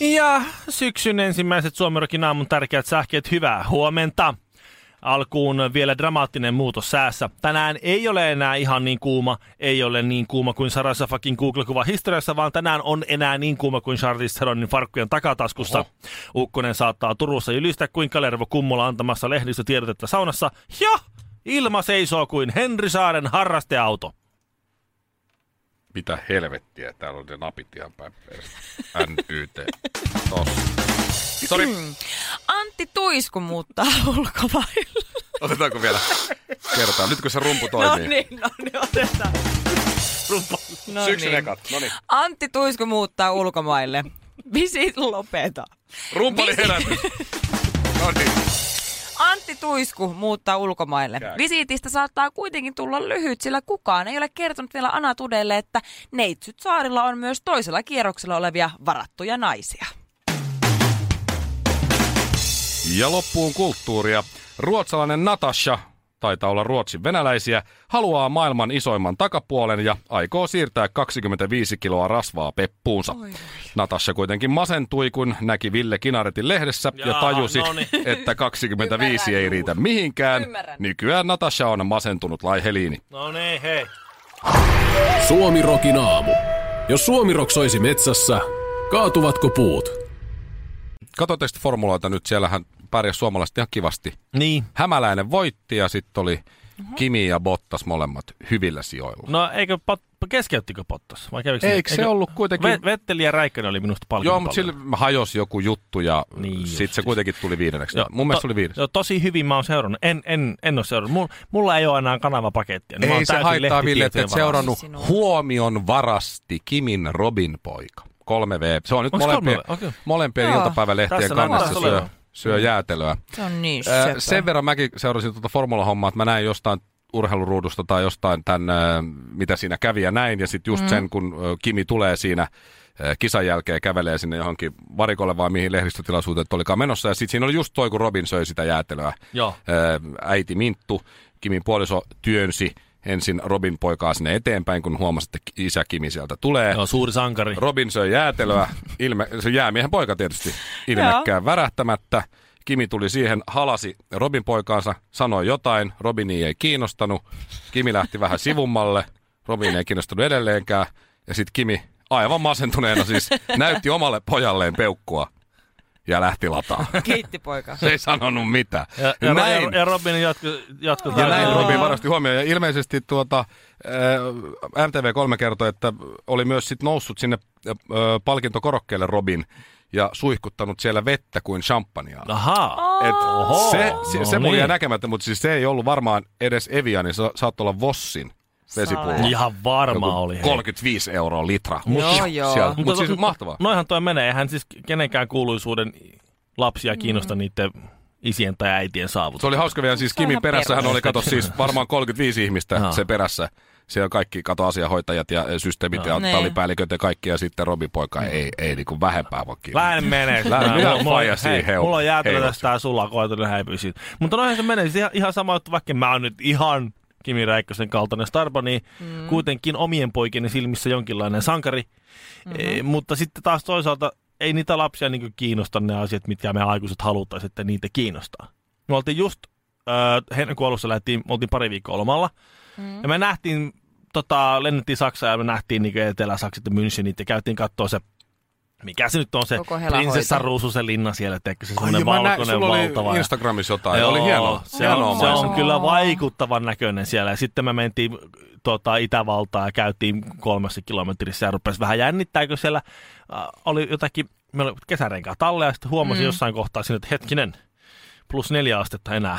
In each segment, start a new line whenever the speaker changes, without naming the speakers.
Ja syksyn ensimmäiset Suomirokin aamun tärkeät sähkeet, hyvää huomenta. Alkuun vielä dramaattinen muutos säässä. Tänään ei ole enää ihan niin kuuma, ei ole niin kuuma kuin Sarasafakin Google-kuva historiassa, vaan tänään on enää niin kuuma kuin Charles Theronin farkkujen takataskussa. Oho. Ukkonen saattaa Turussa ylistää kuin Kalervo Kummola antamassa lehdistötiedotetta saunassa. Ja ilma seisoo kuin Henri Saaren harrasteauto.
Mitä helvettiä, täällä on ne napit ihan päin perässä. NYT. Tossa. Sori,
Antti Tuisku muuttaa ulkomaille.
otetaanko vielä kertaa? Nyt kun se rumpu
No
toimii.
niin, no niin, otetaan. No
Syksyn
niin.
ekat. No niin.
Antti Tuisku muuttaa ulkomaille. Visi lopeta.
Rumpu oli
Niin.
herätys. No niin.
Antti Tuisku muuttaa ulkomaille.
Käy.
Visiitistä saattaa kuitenkin tulla lyhyt, sillä kukaan ei ole kertonut vielä Ana Tudelle, että Neitsyt saarilla on myös toisella kierroksella olevia varattuja naisia.
Ja loppuun kulttuuria. Ruotsalainen Natasha, taitaa olla ruotsin venäläisiä, haluaa maailman isoimman takapuolen ja aikoo siirtää 25 kiloa rasvaa peppuunsa. Natasha kuitenkin masentui, kun näki Ville Kinaretin lehdessä ja,
Jaa,
tajusi,
no niin.
että 25
Ymmärrän
ei
juu.
riitä mihinkään.
Ymmärrän.
Nykyään Natasha on masentunut laiheliini.
No niin, hei.
Suomi Rokin aamu. Jos Suomi Rock soisi metsässä, kaatuvatko puut?
Katsotteko te formuloita nyt? Siellähän pärjäs suomalaiset ihan kivasti.
Niin.
Hämäläinen voitti ja sitten oli Kimi ja Bottas molemmat hyvillä sijoilla.
No eikö pot, keskeyttikö Pottas? Vai kävikö
Eikö se ollut kuitenkin-
Ve, Vetteli ja Räikkönen oli minusta paljon.
Joo, mutta sillä hajosi joku juttu ja
Niin
niin
justiin.
sitten se kuitenkin tuli viidenneksi. Mun mielestä se oli viides.
Joo, tosi hyvin mä oon seurannut. En, en, en ole seurannut. Mulla, mulla ei ole enää kanavapakettia. Niin mä oon
Ei se
täysin
haittaa, Ville, että
lehtitietojen
et
varassa.
seurannut
Sinua.
huomion varasti Kimin Robin poika. 3V. Se on nyt
Onks
molempien,
kolme V? Okei.
molempien
Joo.
iltapäivälehtien
Tässä
kannessa
näyttää
syö,
tulevan.
syö jäätelöä.
Se on niin
Ää,
söpö.
sen verran mäkin seurasin tuota formulahommaa, että mä näin jostain urheiluruudusta tai jostain tämän, ää, mitä siinä kävi ja näin. Ja sitten just mm. sen, kun ää, Kimi tulee siinä ää, kisan jälkeen kävelee sinne johonkin varikolle vai mihin lehdistötilaisuuteen olikaan menossa. Ja sitten siinä oli just toi, kun Robin söi sitä jäätelöä.
Joo.
Ää, äiti Minttu, Kimin puoliso, työnsi ensin Robin poikaa sinne eteenpäin, kun huomasi, että isä Kimi sieltä tulee.
Joo, suuri sankari.
Robin söi jäätelöä, ilme, se jäämiehen poika tietysti, ilmekkään värähtämättä. Kimi tuli siihen, halasi Robin poikaansa, sanoi jotain, Robini ei kiinnostanut. Kimi lähti vähän sivummalle, Robin ei kiinnostanut edelleenkään. Ja sitten Kimi aivan masentuneena siis näytti omalle pojalleen peukkua ja lähti lataa.
Kiitti poika.
Se ei sanonut mitään.
ja, ja,
näin,
ja, ja Robin jatko, jatko
ja näin Robin varasti huomioon. Ja ilmeisesti tuota, eh, ää, MTV3 kertoi, että oli myös sit noussut sinne ää, palkintokorokkeelle Robin ja suihkuttanut siellä vettä kuin champagnea.
Ahaa.
Et se se,
no
se mulla jäi
niin.
näkemättä, mutta siis se ei ollut varmaan edes Evia, niin se saattoi olla Vossin vesipullo.
Sale.
Ihan varma
Joku
oli. hei.
35 euroa litra.
Joo, joo.
Siellä.
Mutta
Mut
to-
siis mahtavaa.
Noihan toi menee. Eihän siis kenenkään kuuluisuuden lapsia kiinnosta niiden isien tai äitien
Se
saavutus.
oli hauska vielä, siis
Se on
Kimin
ihan
perässä hän
perus.
oli, kato siis varmaan 35 ihmistä
Joo.
sen perässä. Siellä kaikki kato asiahoitajat ja eh, systeemit ja
Niin.
tallipäälliköt ja kaikki ja sitten Robin poika ei, ei niinku vähempää voi kiinni.
Lähden menee.
Lähden, minä
Mulla- mulla-
faija siihen,
hei,
heu-
Mulla on jäätelö
heilut.
tästä tää sulla koetellut häipyisiin. Mutta noihin se menee. Siis ihan, ihan sama, että vaikka mä oon nyt ihan Kimi Räikkösen kaltainen starpa, niin mm. kuitenkin omien poikien silmissä jonkinlainen sankari. Mm-hmm. E, mutta sitten taas toisaalta ei niitä lapsia niin kiinnosta ne asiat, mitkä me aikuiset haluttaisiin, että niitä kiinnostaa. Me oltiin just öö, heinäkuun alussa lähdettiin, me oltiin pari viikkoa lomalla. Mm. Ja me nähtiin, tota, lennettiin Saksaan ja me nähtiin niin Etelä-Saksit ja Münchenit ja käytiin katsoa se, mikä se nyt on se
Koko helahoito.
prinsessa ruusu, se linna siellä, teekö se
Ai, mä
semmoinen
näin,
valkoinen
sulla
valtava.
oli
ja-
Instagramissa jotain, Joo, oli hienoa.
se on, se on
maisema.
kyllä vaikuttavan näköinen siellä. Ja sitten me mentiin tota, Itävaltaan ja käytiin kolmessa kilometrissä ja rupesi vähän jännittääkö siellä. Äh, oli jotakin, meillä oli kesärenkaa talle ja sitten huomasin mm. jossain kohtaa siinä, että hetkinen, plus neljä astetta enää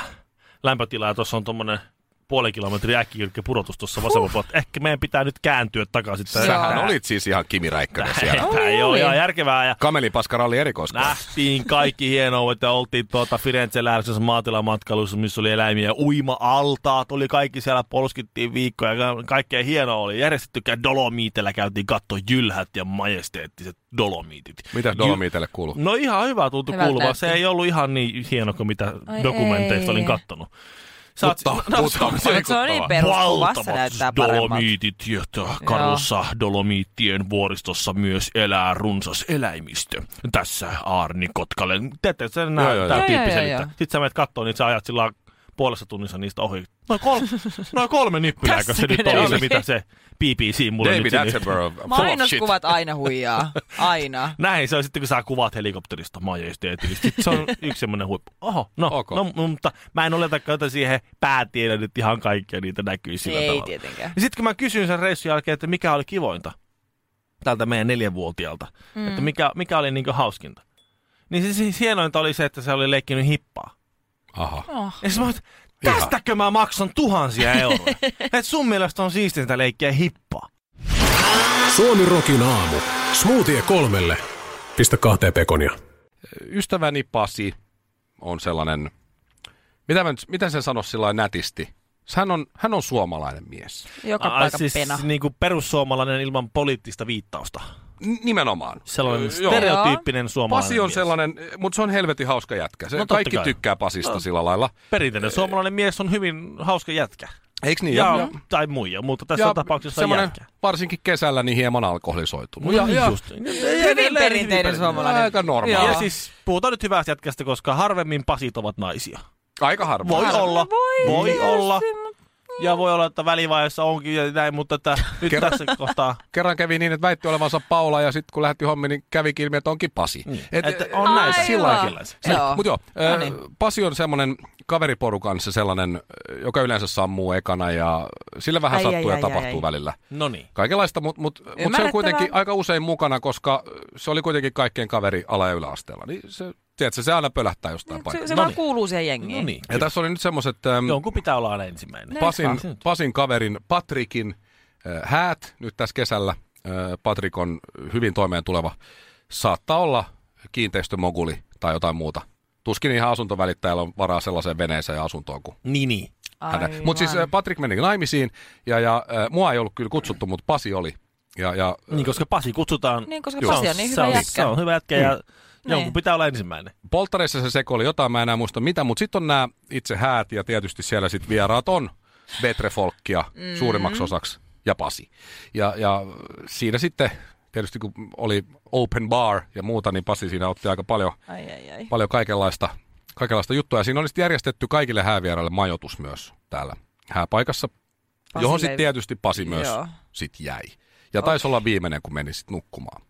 lämpötilaa ja tuossa on tuommoinen puolen kilometrin äkkijyrkkä pudotus tuossa vasemmalla puolella. että Ehkä meidän pitää nyt kääntyä takaisin. Tää-
Sähän
tää-
olit siis ihan Kimi Räikkönen siellä.
Tää ei ole
Oli.
ihan järkevää. Ja
Kamelipaskaralli erikoiskoulu.
Nähtiin kaikki hienoa, että oltiin tuota Firenzen lähdössä maatilamatkailussa, missä oli eläimiä. Uima-altaat oli kaikki siellä, polskittiin viikkoja. ja Kaikkea hienoa oli. Järjestettykään Dolomiitellä käytiin katto jylhät ja majesteettiset Dolomiitit.
Mitä Dolomitelle kuuluu?
No ihan hyvä tuntui
Hyvältä
kuuluva.
näytti.
Se ei ollut ihan niin hieno kuin mitä
Ai
dokumenteista
ei.
olin kattonut. Sä oot-
Mutta, mutta,
se on niin pe- Peruskuvassa näyttää
Valtavat
paremmalta.
dolomiitit, ja tää karussa dolomiittien vuoristossa myös elää runsas eläimistö. Tässä Arni Kotkalle. Te ette sen
Joo,
näe,
joo,
tää
joo.
tyyppi
Joo, joo,
selittää.
joo.
Sitten sä menet kattoon, niin sä ajat sillä puolessa tunnissa niistä ohi. Noin kolme, noin kolme nippylääkö se
Tässäkö
nyt
ne
oli se,
oli?
mitä se BBC mulle nyt
David
sinne-
Attenborough. full of shit.
Mainoskuvat aina huijaa. Aina.
Näin se on sitten, kun sä kuvaat helikopterista majesteetillisesti. Se on yksi semmoinen huippu. Oho, no,
Ok.
no, mutta mä en oletakaan, että siihen päätiedä nyt ihan kaikkea niitä näkyy sillä
Ei
tavalla.
tietenkään.
Ja sitten Niin kun mä kysyin sen reissun jälkeen, että mikä oli kivointa tältä meidän neljänvuotiaalta, mm. että mikä, mikä oli niinku hauskinta. Niin se siis hienointa oli se, että se oli leikkinyt hippaa.
Aha.
Ja siis mä oon, että tästäkö mä maksan tuhansia euroja? että sun mielestä on siistintä leikkiä hippaa.
Suomi Rokin aamu. Smoothie kolmelle. Pistä kahteen pekonia.
Ystäväni Pasi on sellainen, mitä, mä nyt, mitä sen sanoisi sillä lailla nätisti? Hän on, hän on suomalainen mies.
Joka
Ai,
paikka
siis
pena.
niinku perussuomalainen ilman poliittista viittausta.
N- nimenomaan.
Sellainen
Joo.
stereotyyppinen suomalainen
Pasi on
mies.
sellainen, mutta se on helvetin hauska jätkä. Se,
No
no,
totta
kaikki
kai.
tykkää Pasista no. sillä lailla.
Perinteinen suomalainen mies on hyvin hauska jätkä.
Eikö niin?
Ja, ja, tai muija, mutta tässä tapauksessa on
semmoinen
jätkä.
Varsinkin kesällä niin hieman alkoholisoitunut.
No ja, just. niin
Hyvin perinteinen suomalainen.
Aika normaali.
Joo.
Ja siis puhutaan nyt hyvästä jätkästä, koska harvemmin pasit ovat naisia.
Aika harvoin.
Voi
Harvemmin.
olla, voi,
Voi
olla. Ja voi olla, että välivaiheessa onkin ja näin, mutta että nyt
Kerro.
tässä kohtaa.
Kerran kävi niin, että väitti olevansa Paula ja sitten kun lähti hommiin, niin kävi ilmi, että onkin Pasi.
Niin. Että on näin,
Aivan.
sillä lailla kenellänsä.
Joo.
Mutta joo,
No
äh,
niin.
Pasi on semmoinen kaveriporukan se sellainen, äh, joka yleensä sammuu ekana ja sillä vähän
Ai,
sattuu
ai,
ja
ai,
tapahtuu
ai.
välillä.
No niin.
Kaikenlaista, mutta mut, mut se on
Ymmärrettävää.
kuitenkin aika usein mukana, koska äh, se oli kuitenkin kaikkien kaveri ala- ja yläasteella. Niin se, tiedätkö, se aina pölähtää jostain
Se,
paikasta.
se
No
vaan
niin.
kuuluu siihen jengiin.
No niin.
Ja tässä oli nyt semmoiset ähm,
Jonkun pitää olla aina ensimmäinen.
Pasin,
vaan se nyt.
Pasin kaverin Patrikin äh, häät nyt tässä kesällä. Äh, Patrik on hyvin toimeen tuleva. Saattaa olla kiinteistömoguli tai jotain muuta. Tuskin ihan asuntovälittäjällä on varaa sellaiseen veneeseen ja asuntoon kuin
Niin, niin.
hänen. Mutta siis äh,
Aivan.
Patrik meni naimisiin ja, ja äh, mua ei ollut kyllä kutsuttu, mutta Pasi oli. Ja, ja, äh,
Niin, koska Pasi kutsutaan.
Niin, koska
Se
Pasi on niin
se
hyvä
Se
jätkä.
on hyvä jätkä ja jonkun
Niin.
pitää olla ensimmäinen.
polttareissa se sekoili jotain, mä en enää muista mitä, mutta sitten on nämä itse häät ja tietysti siellä sitten vieraat on Betrefolkkia mm. suurimmaksi osaksi ja Pasi. Ja, ja siinä sitten tietysti kun oli open bar ja muuta, niin Pasi siinä otti aika paljon,
Ai, ai, ai.
paljon kaikenlaista, kaikenlaista juttua. Ja siinä oli sitten järjestetty kaikille häävieraille majoitus myös täällä hääpaikassa, Pasi
Pasille
johon
ei-
sitten tietysti Pasi myös
Joo.
sit jäi. Ja taisi olla viimeinen, kun meni sitten nukkumaan.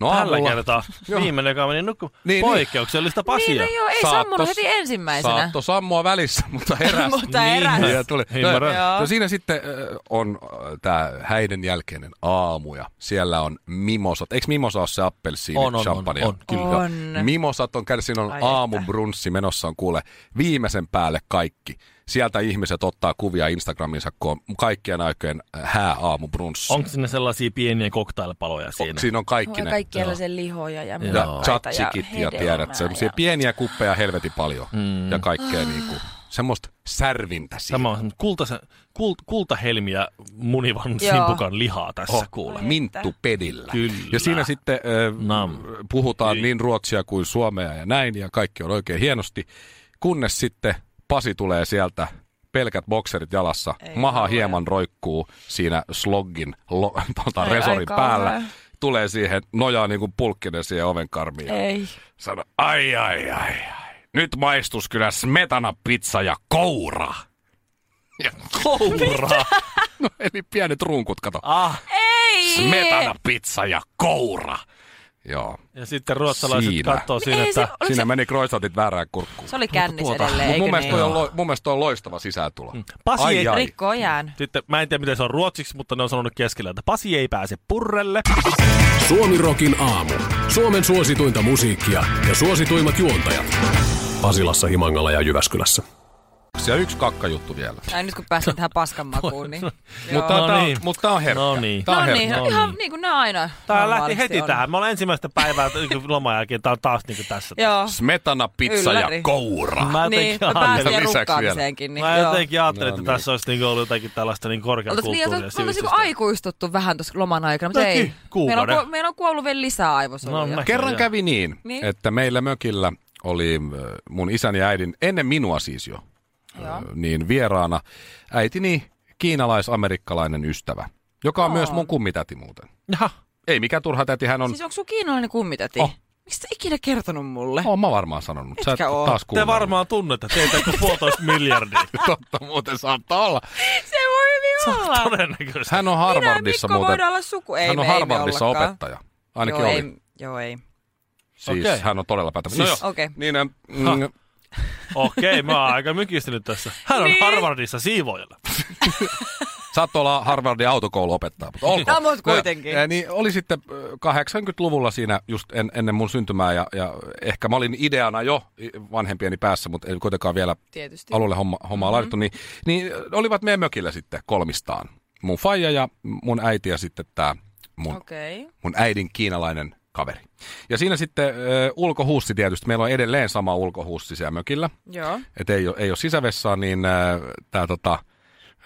No
Tällä
aamulla-
kertaa
Joo.
viimeinen, joka meni nukkumaan.
niin.
Poikkeuksellista Pasia.
Niin, no joo, ei
Saatto-
sammunut heti ensimmäisenä.
Saatto sammua välissä, mutta heräsi.
Mutta
Niin.
eräs.
Ja tuli.
Ymmärrän.
No,
Joo.
no siinä sitten äh, on tämä häiden jälkeinen aamu ja siellä on mimosat. Eikö mimosa ole se appelsiini,
On, on,
champagne?
on, on, kyllä.
On.
Mimosat on kädessä, siinä on
Ai että.
aamubrunssi menossa on kuule viimeisen päälle kaikki. Sieltä ihmiset ottaa kuvia Instagraminsa, kun on kaikkien aikojen äh, hää aamubrunssi.
Onko sinne sellaisia pieniä koktailpaloja siinä?
Siinä on kaikki ne.
Kaikki sen lihoja ja
Ja
Joo.
tzatzikit ja tiedät, semmoisia pieniä kuppeja helvetin paljon
Mm.
ja kaikkea niinku, semmoista särvintä siinä.
Tämä on semmoista kultasen, kult, kultahelmiä munivan
Joo.
simpukan lihaa tässä
Oh,
oh. kuule.
Minttu pedillä.
Kyllä.
Ja siinä sitten
Nam.
äh, puhutaan niin ruotsia kuin suomea ja näin, ja kaikki on oikein hienosti. Kunnes sitten Pasi tulee sieltä, pelkät bokserit jalassa,
Ei
maha
kauhea.
hieman roikkuu siinä sloggin lo, tuota,
Ei,
resorin
ai kauhea.
päällä. Tulee siihen, nojaa niin kuin pulkkinen siihen oven karmiin. ja
Ei.
Sano, ai ai ai ai. Nyt maistus kyllä smetana pizza ja koura. Ja koura? no eli pienet runkut, kato.
Ah,
Ei!
Smetana pizza ja koura. Joo.
ja sitten ruotsalaiset
Siinä.
katsoo siinä,
Ei se,
että...
oliko
Siinä
se,
meni croissantit väärään kurkkuun.
se oli kännis
tuota,
edelleen,
Mut mun,
eikö
mielestä toi
niin?
on, lo- mun mielestä toi on loistava sisääntulo.
Pasi
ai,
ei-
ai.
Rikkoo jään.
Sitten, mä en tiedä, miten se on ruotsiksi, mutta ne on sanonut keskellä, että Pasi ei pääse purrelle.
Suomi Rokin aamu. Suomen suosituinta musiikkia ja suosituimmat juontajat. Pasilassa, Himangalla ja Jyväskylässä.
Ja yksi kakkajuttu vielä.
Ai nyt kun päästiin tähän paskan makuun, niin... joo.
Mutta
No
tämä
niin.
mut tää on herkkä.
No niin.
Tää on
no
herkkä.
niin,
no
ihan
niin.
niin kuin ne aina
Tää lähti
normaalisti
heti
on.
tähän. Mä olen ensimmäistä päivää niinku loman jälkeen. Tää on taas niinku tässä.
Joo,
Smetana, pizza
Ylläri.
ja koura.
Mä jotenkin
niin, me
ajattelin-
Sen
päästiin
lisäksi
rukkaamiseenkin. Niin,
Mä
joo.
jotenkin ajattelin,
No
että
niin.
tässä olisi niinku ollut jotakin tällaista niin
Oltais-
korkeakulttuuria
Niin,
ja
oltaisiin
sivistystä.
niinku aikuistuttu vähän tuossa loman aikana, mutta
Jokin
ei. Meillä on,
kuukauden.
kuo- meillä on kuollut vielä lisää
No,
aivosoluja.
mä-
Kerran
Joo.
kävi niin,
Niin.
että meillä mökillä oli ö, mun isän ja äidin, ennen minua siis jo, ö,
Joo.
niin vieraana äitini kiinalais-amerikkalainen ystävä, joka on myös mun kummitäti muuten.
Jaha.
Ei mikä turha täti, hän on,
Siis onko sun kiinalainen kummitäti?
Oh.
Miksi sä ikinä kertonut mulle?
oon mä varmaan sanonut, sä et
Etkä oo.
taas
Te
kuunnellut.
varmaan tunnette teitä kuin puolitoista miljardia.
Totta muuten saattaa olla.
Se voi hyvin olla.
Todennäköisesti.
Hän on
Minä ja
Harvardissa
Mikko
muuten,
voidaan olla suku. Ei,
hän on
me, ei me
Harvardissa
ollakaan.
opettaja. Ainakin
joo,
oli.
Ei, joo, ei.
Siis
Okei.
hän on todella päätävä. No joo,
Siis-
Okei.
niin, ö, mm,
Ha. Okei, mä oon aika mykistynyt tässä. Hän on
Niin.
Harvardissa siivoojalla.
Saat olla Harvardin autokoulu opettaa, mutta olkoon.
No, mut kuitenkin.
No, niin oli sitten ö, 80-luvulla siinä just en, ennen mun syntymää ja, ja ehkä mä olin ideana jo i- vanhempieni päässä, mutta ei kuitenkaan vielä
Tietysti.
alulle homma, hommaa mm-hmm. laitettu, niin, niin ö, olivat meidän mökillä sitten kolmistaan. Mun faija ja mun äiti ja sitten tämä mun, okay.
Okei. Okay.
mun äidin kiinalainen kaveri. Ja siinä sitten ö, ulkohuussi tietysti, meillä on edelleen sama ulkohuussi siellä mökillä
Joo.
että ei, oo- ei ole sisävessaa, niin, tää, tota,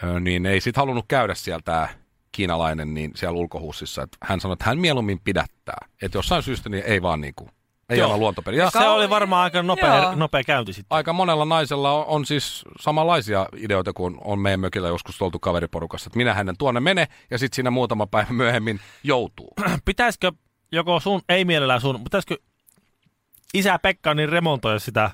ö, niin ei sit halunnut käydä siellä tää kiinalainen niin siellä ulkohuussissa. Et hän sanoi, että hän mieluummin pidättää. Että jossain syystä niin ei vaan niinku, ei
Joo.
ole luontopeli. Ja
Se oli varmaan aika nopea,
Joo.
nopea käynti sitten.
aika monella naisella on, on siis samanlaisia ideoita kuin on meidän mökillä joskus oltu kaveriporukassa. Että minä hänen tuonne mene ja sitten siinä muutama päivä myöhemmin joutuu.
Pitäisikö joko sun, ei mielellään sun, mutta pitäisikö isä Pekka niin remontoida sitä,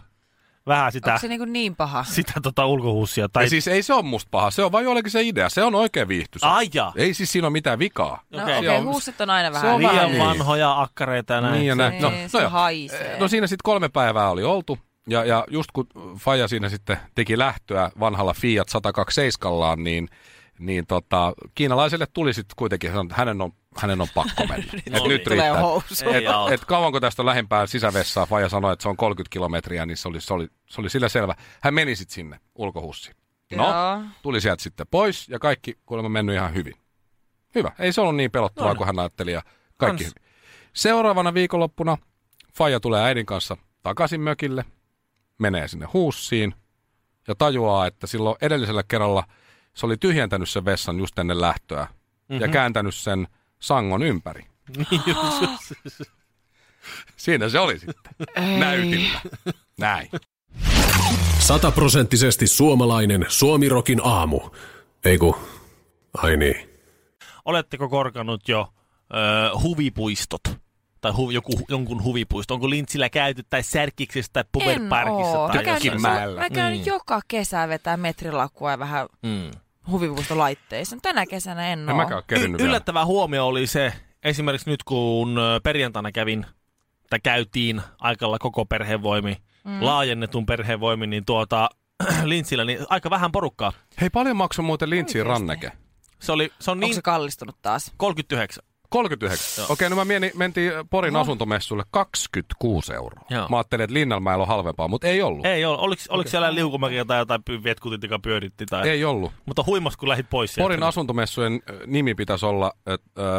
vähän sitä,
Onko se niin, niin paha?
sitä tota ulkohuussia? Tai...
Ja siis ei se ole musta paha, se on vain jollekin se idea. Se on oikein viihtyisä.
Ai jaa.
Ei siis siinä ole mitään vikaa.
No
Okei.
okei,
Se
okay,
on-
huussit on aina
se
vähän.
on vähän
Liian
niin.
vanhoja akkareita ja näin.
Niin ja
Se-
näin. No,
Niin, se
no, joo.
haisee.
no siinä sitten kolme päivää oli oltu. Ja, ja just kun Faja siinä sitten teki lähtöä vanhalla Fiat 127 niin, niin tota, kiinalaiselle tuli sitten kuitenkin, hän, hänen on, hänen on pakko mennä. et
oli.
nyt
Tulee
Tulee
riittää.
housu.
Ei
Et,
auta.
et kauanko tästä on lähimpään sisävessaa, Faja sanoi, että se on 30 kilometriä, niin se oli, se oli, se oli sillä selvä. Hän meni sitten sinne ulkohussiin. No,
Joo.
tuli sieltä sitten pois ja kaikki kuulemma mennyt ihan hyvin. Hyvä, ei se ollut niin pelottavaa
No.
kuin hän ajatteli ja kaikki
Kans.
hyvin. Seuraavana viikonloppuna Faija tulee äidin kanssa takaisin mökille, menee sinne huussiin ja tajuaa, että silloin edellisellä kerralla se oli tyhjentänyt sen vessan just ennen lähtöä mm-hmm. ja kääntänyt sen sangon ympäri. Siinä se oli sitten.
Niin.
Näytillä. Näin.
Sataprosenttisesti suomalainen Suomirokin aamu. Eiku, ai niin.
Oletteko korkannut jo ö, huvipuistot? Tai hu, joku, jonkun huvipuisto? Onko Lintsillä käyty tai Särkiksessä tai Puberparkissa?
oo.
tai
Mä käyn,
jossain?
Mäellä.
mä, mä käyn
Mm.
joka kesä vetää metrilakua ja vähän
Mm.
huvipuistolaitteissa. Tänä kesänä en
No. En
oo.
mäkään ole kerennyt
Y-
vielä.
yllättävä huomio oli se, esimerkiksi nyt kun ö, perjantaina kävin, tai käytiin aikalla koko perhevoimi, mm. laajennetun perhevoimi, niin tuota, Lintsillä niin aika vähän porukkaa.
Hei, paljon maksoi muuten lintsiin
Oikeesti?
ranneke?
Se, oli, se on
Onko
niin
se kallistunut taas?
39.
39. Okei, no mä mieni, mentiin Porin no. asuntomessulle 26 euroa.
Joo.
Mä ajattelin, että Linnanmäellä on halvempaa, mutta ei ollut.
Ei ole. Oliko, oliko siellä liukumäkiä tai jotain py- vetkutit, joka pyöritti? Tai...
Ei ollut.
Mutta huimas, kun lähit pois sieltä.
Porin asuntomessujen ö, nimi pitäisi olla ö, ö,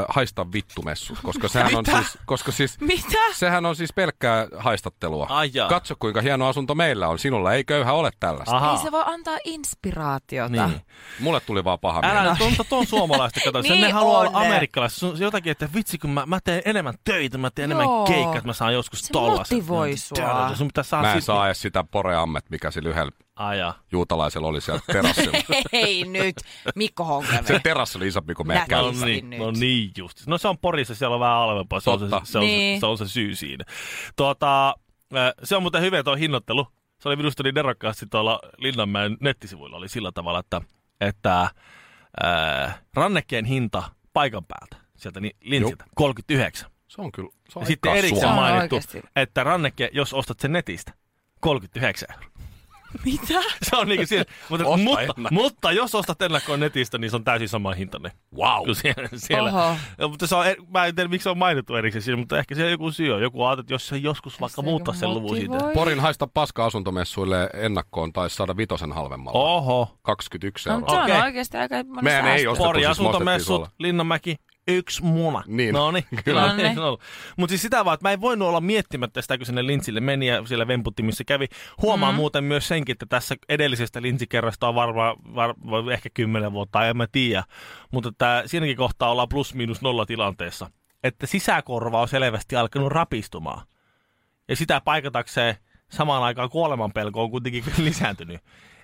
Haista vittumessu, koska sehän on siis, koska siis,
Mitä?
sehän on siis pelkkää haistattelua.
Ai jaa.
Katso, kuinka hieno asunto meillä on. Sinulla ei köyhä ole tällaista.
Ahaa.
Ei se voi antaa inspiraatiota.
Niin.
Mulle tuli vaan paha
Älä
mieli.
nyt, tuon, tuon suomalaista kato. Sen
Niin
ne haluaa
on
olla
ne.
amerikkalaiset. Se on Jotakin, että vitsi, kun mä, mä teen enemmän töitä, mä teen enemmän
Joo.
keikkaa, että mä saan joskus
Se
tollasen.
motivoi
Niin,
sua.
täällä, Sun pitää saada siis-
Mä en
sit-
saa edes sitä poreammet, mikä sillä yhdellä
Aja.
juutalaisella oli siellä terassilla.
Hei nyt, Mikko
Se
Honkanen.
terassi oli isompi kuin meidän
Näkö.
No
käy.
Käynnistin
niin,
nyt.
no niin just. No se on Porissa, siellä on vähän halvempaa. Se, on se,
Totta.
se, on, se,
Niin.
se on se syy siinä. Tuota, äh, se on muuten hyvä tuo hinnoittelu. Se oli minusta niin nerokkaasti tuolla Linnanmäen nettisivuilla oli sillä tavalla, että, että äh, rannekkeen hinta paikan päältä, sieltä niin linsiltä, 39.
Se on kyllä, se on
Ja sitten
aika
erikseen
suomalainen.
mainittu,
Oikeasti.
että ranneke, jos ostat sen netistä, 39 euroa.
Mitä?
Se on niinku siinä. Mutta,
Osta
mutta,
ennakko.
mutta, jos ostat ennakkoon netistä, niin se on täysin sama hintainen.
Wow.
Kuin siellä, siellä.
Oho.
Ja, mutta se on, er- mä en tiedä, miksi se on mainittu erikseen siinä, mutta ehkä siellä joku syy on. Joku ajattelee, että jos se joskus vaikka
se
muuttaa
joku
sen luvun siitä.
motivoi?
Porin haista paska asuntomessuille ennakkoon tai saada vitosen halvemmalla.
Oho.
21
No, mutta
euroa.
se
Okei.
on oikeasti aika monen
Mehän ei
säästö.
ostettu,
Pori
siis me ostettiin
asuntomessut,
sulle.
Linnanmäki, yksi muna.
Niin.
No niin,
Kyllä.
Niin se on ollut. Mutta siis sitä vaan, että mä en voinut olla miettimättä sitä, kun sinne lintsille meni ja siellä vemputtimissa kävi. Huomaa mm. muuten myös senkin, että tässä edellisestä lintsikerrasta on varmaan var, var, ehkä kymmenen vuotta, tai en mä tiedä. Mutta tää, siinäkin kohtaa ollaan plus miinus nolla tilanteessa. Että sisäkorva on selvästi alkanut rapistumaan. Ja sitä paikatakseen samaan aikaan kuolemanpelko on kuitenkin lisääntynyt.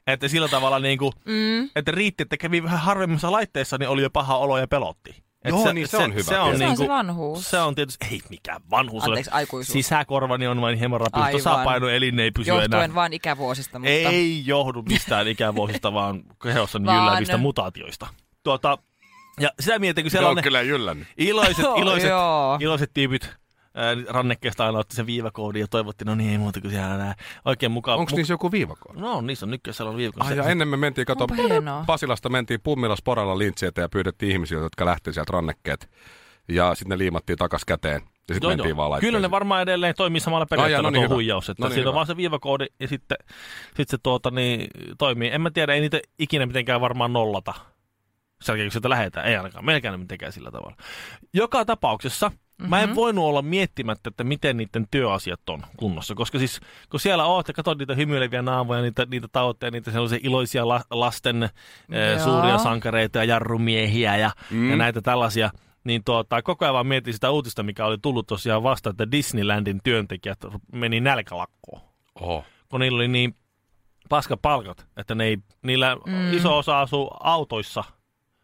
Että sillä tavalla niin kuin, mm. että riitti, että kävi vähän harvemmassa laitteessa, niin oli jo paha olo ja pelotti. Et
Joo, niin se on hyvä
Se on,
tietysti.
Se on
niin
se
kuin,
vanhuus.
se on tietysti, ei mikään vanhuus. ole.
Anteeksi, aikuisuus.
Sisäkorvani on vain hieman rapistu,
Aivan.
tasapaino elin ei pysy enää.
Johtuen vaan ikävuosista, mutta...
Ei johdu mistään ikävuosista, vaan kehossa
Vaan.
jylläävistä mutaatioista. Tuota, ja sitä mietin, kun
Se
siellä on
on
ne
kyllä jyllännyt.
iloiset,
Joo,
iloiset,
joo.
iloiset tyypit ää, rannekkeesta aina otti sen viivakoodin ja toivotti, no niin ei muuta kuin siellä nää oikein mukaan.
Onko
mu-
niissä joku viivakoodi?
No niissä on nykyään sellainen viivakoodi.
Ah, ja ennen me mentiin, kato,
Onpa hienoa.
Pasilasta mentiin pummilla sporalla lintsiä ja pyydettiin ihmisiltä, jotka lähti sieltä rannekkeet. Ja sitten ne liimattiin takas käteen. Ja sitten mentiin vaan laitteisiin.
Kyllä ne varmaan edelleen toimii samalla
Ai, ja,
periaatteella
no
no
niin,
tuo
hyvä.
huijaus. Että
No
no
niin,
niin, siinä on
hyvä.
vaan se viivakoodi ja sitten, sitten se tuota, niin, toimii. En mä tiedä, ei niitä ikinä mitenkään varmaan nollata. Sen jälkeen, kun sieltä lähetään. Ei ainakaan melkein mitenkään sillä tavalla. Joka tapauksessa mm-hmm. mä en
Mhm.
voinut olla miettimättä, että miten niiden työasiat on kunnossa. Koska siis kun siellä oot ja katsot niitä hymyileviä naamoja, niitä, niitä tauteja, niitä sellaisia iloisia la, lasten eh,
Joo.
suuria sankareita ja jarrumiehiä ja, mm. ja näitä tällaisia, niin tuota, koko ajan vaan mietin sitä uutista, mikä oli tullut tosiaan vasta, että Disneylandin työntekijät meni nälkälakkoon,
Oho.
kun niillä oli niin paska palkat, että ne ei, niillä mm. iso osa asuu autoissa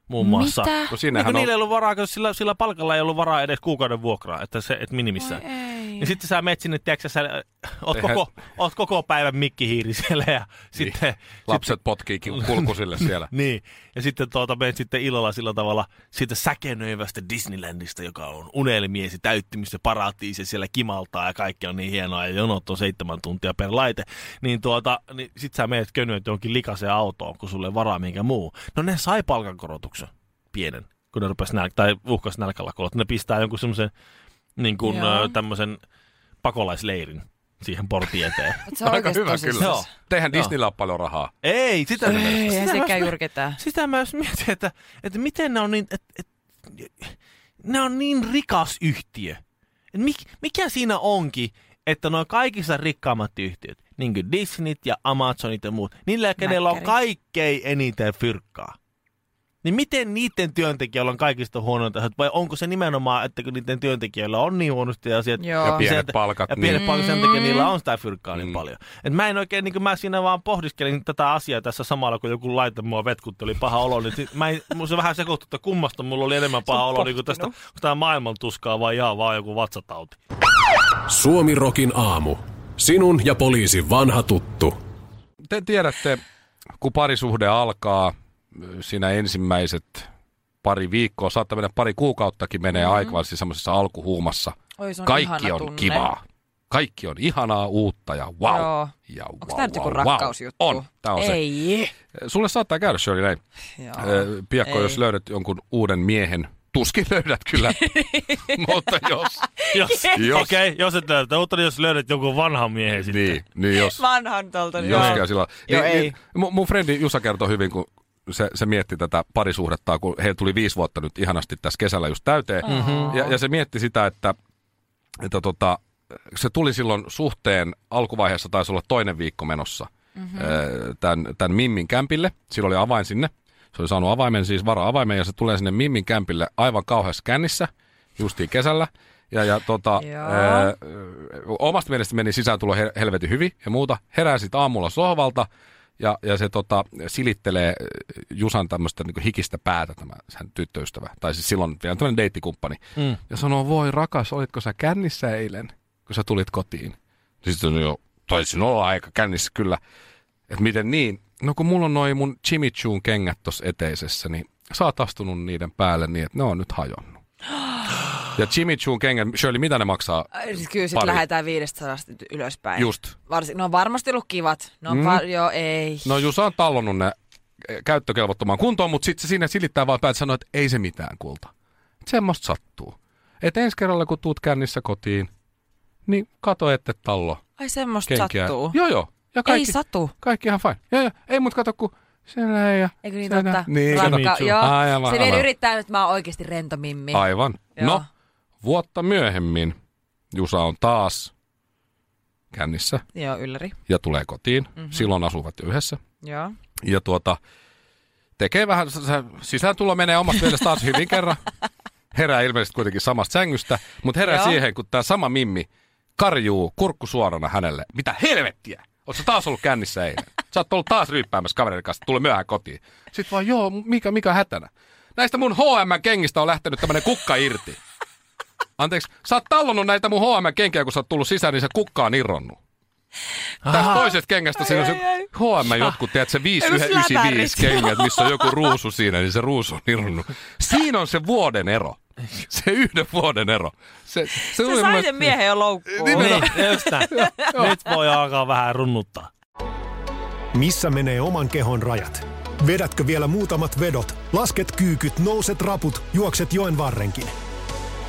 muun muassa.
Mitä?
No
Niin
siinähän
kun
on...
niillä ei ollut varaa, kun sillä, sillä palkalla ei ollut varaa edes kuukauden vuokraa, että se, et minimissään.
Voi ei.
Ja sitten sä menet sinne, tiedätkö, sä, äh, oot,
Eihän-
koko, oot koko päivän mikkihiiri siellä ja sitten...
Lapset potkii ki- kulkusille siellä.
Niin, ja sitten tuota, menet sitten illalla sillä tavalla siitä säkenöivästä Disneylandista, joka on unelmiesi täyttymys ja paratiisi, ja siellä kimaltaa ja kaikki on niin hienoa, ja jonot on seitsemän tuntia per laite, niin, tuota, niin sit sä menet könyöt johonkin likaseen autoon, kun sulle ei varaa minkä muu. No ne sai palkankorotuksen pienen, kun ne rupes nälkä, tai uhkas nälkälakolla, että ne pistää jonkun semmoisen niin kuin,
Joo.
ö, tämmöisen pakolaisleirin siihen portin eteen.
Mut Se on
Aika
oikeasti
hyvä
tosissaan.
kyllä.
Joo.
Teihän Disneyllä on paljon rahaa.
ei, sitä
Ei,
sitä
eihän
mä-
sekään jyrketään.
sitä mä just mietin, että, että miten ne on niin, että, että, ne on niin rikas yhtiö. Et Mik, mikä siinä onkin, että noin kaikissa rikkaammat yhtiöt, niin kuin Disneyt ja Amazonit ja muut, niillä kenellä on
Mäkkärit.
kaikkein eniten fyrkkaa. Niin miten niiden työntekijöillä on kaikista huonointa asiat, vai onko se nimenomaan, että kun niiden työntekijöillä on niin huonosti asiat,
Joo. Ja
pienet
sen-
palkat,
ja pienet
niin-
palkat sen takia niillä on sitä fyrkkaa niin
Mm.
paljon. Et mä en oikein, niin mä siinä vaan pohdiskelin tätä asiaa tässä samalla, kun joku laite mua vetkutteli paha olo, niin sit mä en, mun se vähän sekoittui, että kummasta mulla oli enemmän paha olo, niin kuin tästä, onko tämä maailman tuskaa vai jaa, vaan joku vatsatauti.
Suomirokin aamu. Sinun ja poliisi vanha tuttu.
te tiedätte, kun parisuhde alkaa, siinä ensimmäiset pari viikkoa, saattaa mennä pari kuukauttakin menee mm-hmm. aikaan siis semmoisessa alkuhuumassa.
Oi, se on
Kaikki
ihana
on
tunne.
kivaa. Kaikki on ihanaa, uutta ja wow.
Joo.
Ja wow,
Onko tää nyt joku
wow, wow.
rakkausjuttu?
On, tää on se.
Ei.
Sulle saattaa käydä, Shirley, näin.
Joo.
Ö, Piakko,
Ei.
jos löydät jonkun uuden miehen, tuskin löydät kyllä, mutta jos.
Jos,
Jos.
Okei, okay, jos et löydä, mutta jos löydät jonkun vanhan miehen sitten.
Niin, niin jos.
Vanhan tuolta.
Jos
Tuota, joo.
käy sillä
Joo,
niin,
ei.
Niin, mun, mun frendi Jusa kertoi hyvin, kun se, se mietti tätä parisuhdettaa, kun heillä tuli viisi vuotta nyt ihanasti tässä kesällä just täyteen. Mm-hmm. Ja, ja se mietti sitä, että, että tota, se tuli silloin suhteen alkuvaiheessa, taisi olla toinen viikko menossa mm-hmm. tämän, tämän Mimmin kämpille. Sillä oli avain sinne. Se oli saanut avaimen, siis vara-avaimen, ja se tulee sinne Mimmin kämpille aivan kauheassa kännissä, justiin kesällä. Ja, ja tota,
Joo.
ää, ö, omasta mielestä meni sisääntulo hel- helvetin hyvin ja muuta. Herää sitten aamulla sohvalta ja, ja se tota, silittelee ö, Jusan tämmöistä niin hikistä päätä tämä sen tyttöystävä. Tai siis silloin vielä tämmöinen deittikumppani. Mm. Ja sanoo, voi rakas, olitko sä kännissä eilen, kun sä tulit kotiin? Sitten jo, taisin olla aika kännissä kyllä. Että miten niin? No kun mulla on noin mun Jimmy Choon kengät tossa eteisessä, niin sä oot astunut niiden päälle niin, että ne on nyt hajonnut. Ja Jimmy Choon kengät, Shirley, mitä ne maksaa?
Ai, Siis kyllä sitten
Pari.
lähdetään 500 ylöspäin.
Just.
Varsin, no on varmasti ollut kivat. No mm. var, joo, ei.
No Jusa on tallonnut ne eh, käyttökelvottomaan kuntoon, mutta sitten se siinä silittää vaan päät sanoo, että ei se mitään kulta. Et semmoista sattuu. Et ensi kerralla, kun tuut kännissä kotiin, niin kato, ette tallo
Ai semmoista
kenkiä.
sattuu.
Joo, joo. Ja
Ei
kaikki,
satu.
kaikki ihan fine. Joo, joo. Ei mut kato, kun siellä ei ja
Eikö niitä
siellä-
ottaa?
Niin, kato.
Rakka-
Mitsu.
joo.
Aivan,
Se vielä
aivan.
yrittää, että mä oon oikeasti rento mimmi.
Aivan.
Joo.
No, vuotta myöhemmin Jusa on taas kännissä
Joo, ylläri.
ja tulee kotiin.
Mhm.
Mm-hmm. Silloin asuvat jo yhdessä.
Joo.
Ja tuota, tekee vähän, se- se sisääntulo menee omasta mielestä taas hyvin kerran. Herää ilmeisesti kuitenkin samasta sängystä, mutta herää
Joo.
siihen, kun tämä sama mimmi karjuu kurkku suorana hänelle. Mitä helvettiä? Oletko taas ollut kännissä eilen? Sä oot ollut taas ryyppäämässä kaverin kanssa, tulee myöhään kotiin. Sitten vaan, joo, mikä, mikä hätänä? Näistä mun H&M-kengistä on lähtenyt tämmönen kukka irti. Anteeksi, sä oot tallonnut näitä mun H&M-kenkiä, kun sä oot tullut sisään, niin se kukka on irronnut. Tästä toisesta kengästä siinä on se H&M jotkut, teet se
Ei, kun
5995
läpärit.
kengät, missä on joku ruusu siinä, niin se ruusu on irronnut. Siinä on se vuoden ero. Se yhden vuoden ero. Se, se,
Se
tuli
sai
mulle-
sen miehen jo loukkuun.
Niin, just näin. Nyt voi alkaa vähän runnuttaa.
Missä menee oman kehon rajat? Vedätkö vielä muutamat vedot? Lasket kyykyt, nouset raput, juokset joen varrenkin.